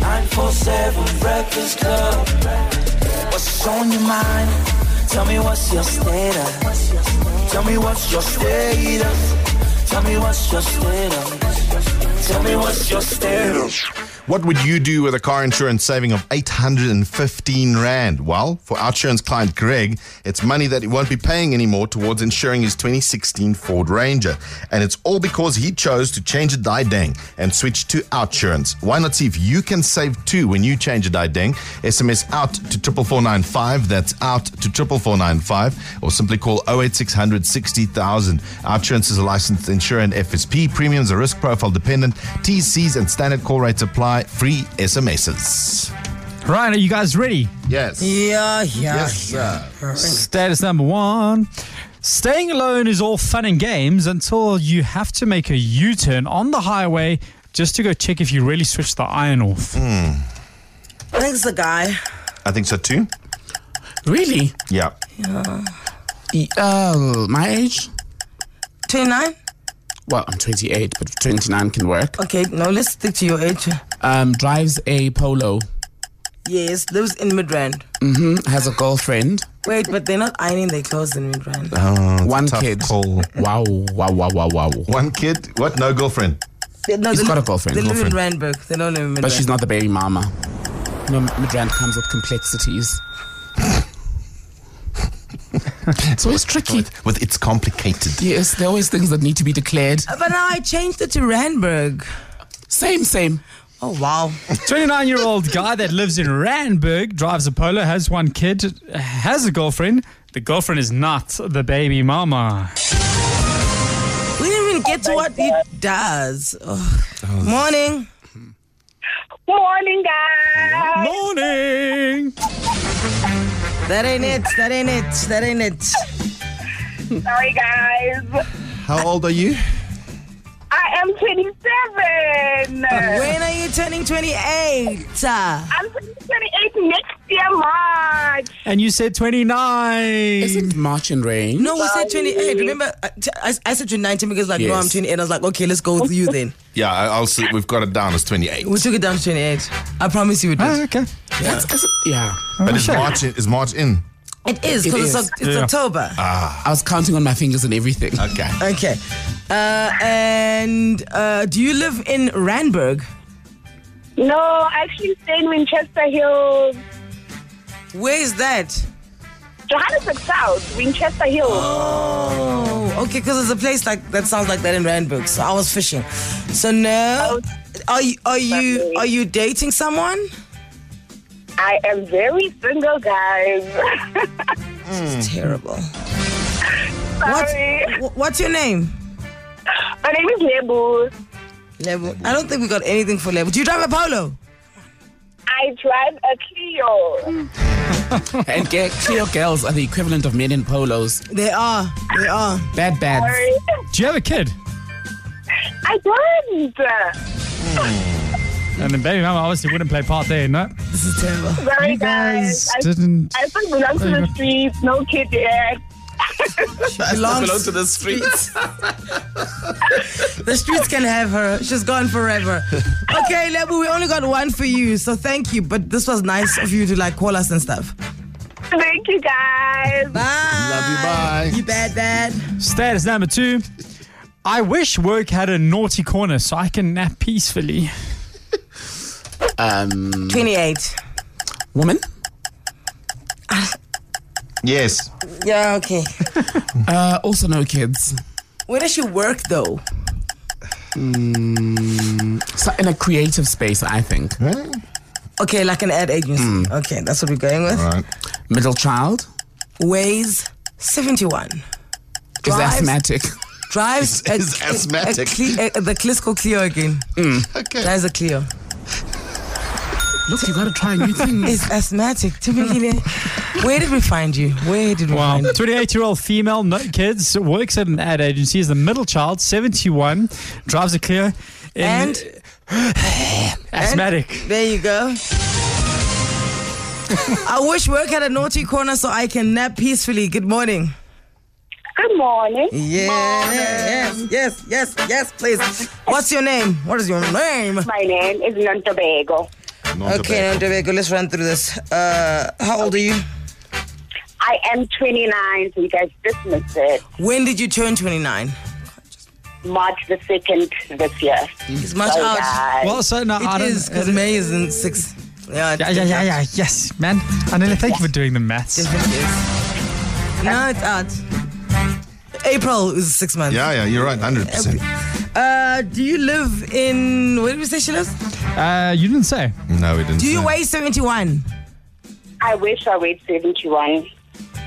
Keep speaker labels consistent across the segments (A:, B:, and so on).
A: 947 Breakfast Club. What's on your mind? Tell me what's your status. Tell me what's your status. Tell me what's your status. Tell me what's your status.
B: What would you do with a car insurance saving of 815 Rand? Well, for our insurance client Greg, it's money that he won't be paying anymore towards insuring his 2016 Ford Ranger. And it's all because he chose to change a die dang and switch to Outsurance. Why not see if you can save too when you change a die dang? SMS out to 44495. That's out to 44495. Or simply call 08600 60000. Outsurance is a licensed insurer and FSP. Premiums are risk profile dependent. TCs and standard call rates apply. Free SMSs.
C: Ryan, are you guys ready?
B: Yes.
D: Yeah, yeah.
B: sir.
C: Status number one. Staying alone is all fun and games until you have to make a U turn on the highway just to go check if you really switched the iron off.
D: I think it's a guy.
B: I think so too.
E: Really?
B: Yeah.
E: E- Uh, my age?
D: 29?
E: Well, I'm 28, but 29 can work.
D: Okay, no, let's stick to your age.
E: Um, drives a polo.
D: Yes, lives in Midrand.
E: hmm Has a girlfriend.
D: Wait, but they're not ironing their clothes in Midrand.
E: One
B: tough
E: kid.
B: call.
E: Wow, wow, wow, wow, wow.
B: One kid. What? No girlfriend.
D: They- no,
E: He's
D: they
E: got a
D: li-
E: girlfriend,
D: They live in Randburg. They don't live in Midrand.
E: But she's not the baby mama. No, Midrand comes with complexities. it's always tricky.
B: With it's complicated.
E: Yes, there are always things that need to be declared.
D: But now I changed it to Randburg.
E: Same, same.
D: Oh, wow.
C: 29 year old guy that lives in Randburg, drives a polo, has one kid, has a girlfriend. The girlfriend is not the baby mama.
D: We didn't even get
F: Oh
D: to what he does. Ugh. Morning.
G: Morning, guys.
C: Morning!
D: That ain't it. That ain't it. That ain't it.
G: Sorry, guys.
B: How old are you?
G: I am 27.
D: When are you turning 28? Uh,
G: I'm turning 28 next year, March.
C: And you said 29.
E: Isn't March and Rain?
D: no, we said 28. Remember, I, I- I said 19 because, like, no,
E: Yes.
D: I'm 28. I was like, okay, let's go with you then.
B: Yeah, I- I'll see. We've got it down as 28.
D: We took it down to 28. I promise you we did.
C: Ah, okay.
E: That's, that's- yeah.
B: But is March, in, is March in?
D: It is because it's,
E: is.
D: Oc- it's
C: Yeah.
D: October.
E: I was counting on my fingers and everything.
B: Okay.
D: Okay. Uh, and uh, do you live in Randburg?
G: No, I actually stay in Winchester Hills,
D: Where is that?
G: Johannesburg South, Winchester Hills.
D: Oh, okay, because there's a place like that sounds like that in Randburg. So I was fishing. So no, are you are you are you dating someone?
G: I am very single, guys.
D: It's terrible.
G: Sorry.
D: What, what's your name?
G: My name is Nebu.
D: Level. I don't think we got anything for level. Do you drive a polo?
G: I drive a Clio.
E: And ge- clear girls are the equivalent of men in polos.
D: They are. They are.
E: Bad, bad.
G: Sorry.
C: Do you have a kid?
G: I don't.
C: And the baby mama obviously wouldn't play part there, no?
D: This is terrible.
G: Sorry,
C: You guys
G: I,
C: didn't.
G: I still belong to the streets. No kid yet.
D: Belongs-
E: Belong to the streets.
D: The streets can have her. She's gone forever. Okay, Lebu, we only got one for you, so thank you. But this was nice of you to like call us and stuff.
G: Thank you, guys.
D: Bye.
B: Love you, bye.
D: Ah, You bad, bad.
C: Status number two. I wish work had a naughty corner so I can nap peacefully.
E: Um,
D: 28.
E: woman?
B: Yes.
D: Yeah, okay.
E: Uh, also no kids.
D: Where does she work though?
E: So in a creative space, I think.
D: Okay, like an ad agency. Okay, that's what we're going with.
B: All right.
E: Middle child
D: Weighs 71.
E: is
D: Drives-
E: asthmatic.
D: Drives a,
B: Is
D: a-
B: asthmatic.
D: A, Cle- a, the Clisco Clio again.
B: Okay.
D: Drives a Clio.
E: Look, you got to try new things.
D: It's asthmatic. Timberlile, where did we find you? Where did we
C: Wow.
D: find you?
C: 28 year old female, no kids, works at an ad agency, is the middle child, 71, drives a Clio. in-
D: And?
C: Asthmatic.
D: There you go. I wish work had a naughty corner so I can nap peacefully. Good morning.
G: Good morning.
D: Yes, yes, yes, yes, please. What's your name? What is your name?
G: My name is Nontobego.
B: Not
D: Okay,
B: okay,
D: Ndebeko, let's run through this. Uh, how old are you?
G: I am 29, so you guys dismissed it.
D: When did you turn 29?
G: March the 2nd this year.
D: It's much
G: So
D: out.
G: guys,
C: Well, so no, I
D: It
C: don't.
D: is, because May is in six. Yeah,
C: yeah, yeah, yeah, yeah. Yes, man. Anela, thank you for doing the maths.
D: No, it's out. April is six months.
B: Yeah, yeah, you're right, 100%.
D: Uh, do you live in where did we say she lives?
C: Uh, you didn't say.
B: No, we didn't.
D: Do you
B: say.
D: weigh seventy one?
G: I wish I weighed 71.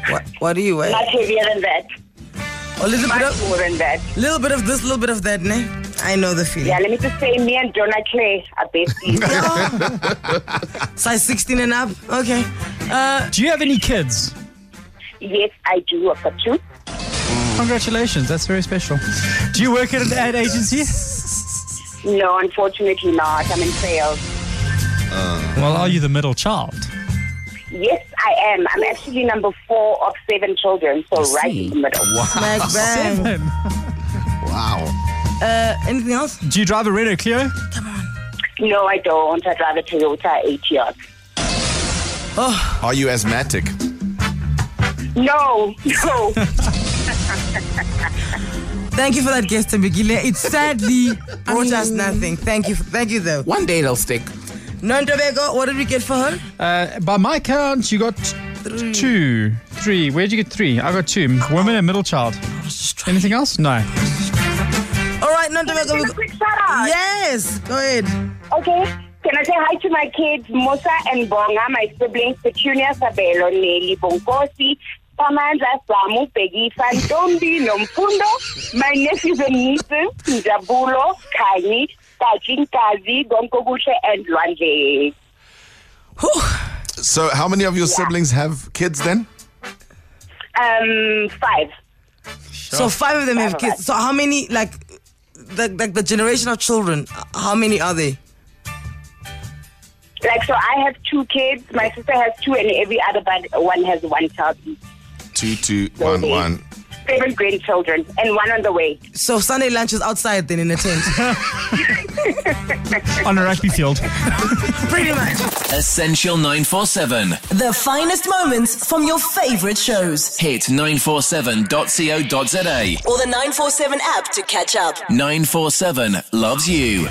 D: What, what do you weigh?
G: Much heavier than that.
D: A little bit
G: Much
D: of,
G: more than that.
D: little bit of this, little bit of that, ne? I know the feeling.
G: Yeah, let me just say, me and Donna Clay are besties.
D: Size sixteen and up. Okay. Uh,
C: Do you have any kids?
G: yes, I do. I've got two.
C: Congratulations, that's very special. Do you work at an ad agency?
G: No, unfortunately not. I'm in sales.
C: Well, are you the middle child?
G: Yes, I am. I'm actually number four of seven children, so right in the middle.
D: like bang.
C: Seven.
B: Wow.
D: Uh, anything else?
C: Do you drive a Renault Clio?
G: No, I don't. I drive a Toyota Etios.
B: Are you asthmatic?
G: No, no.
D: Thank you for that guest, Mbigile. It sadly brought us nothing. Thank you, thank you though.
E: One day they'll stick.
D: Nontobego, what did we get for her?
C: Uh, by my count, you got t- two, three. Where'd you get three? I got two. Woman and middle child. Anything else? No.
D: All right, Nontobego.
G: Give
D: we
G: a
D: go-
G: quick shout out.
D: Yes, go ahead.
G: Okay. Can I say hi to my kids, Musa and Bonga, my siblings, Petunia, Sabelo, Nelly, Bongosi, Pamanza, Samu, Peggy, Fantombi, Nomfundo, my nephews and nieces, Njabulo, Kani, Tajin Kazi, Gonkoguche, and Lwanje.
B: So, how many of your siblings have kids then?
G: Um, five.
D: So five of them have
G: of
D: kids.
G: us.
D: So how many like the like the generation of children? uh, How many are they?
G: Like, so I have two kids. My sister has two, and every other but one has one child each.
B: Two, two, one,
G: Okay.
B: one.
G: Seven grandchildren, and one on the way.
D: So Sunday lunch is outside then in a tent.
C: On a rugby field.
D: Pretty much.
H: Essential 947.
I: The finest moments from your favorite shows.
H: Hit 947.co.za.
I: Or the 947 app to catch up.
H: 947 loves you.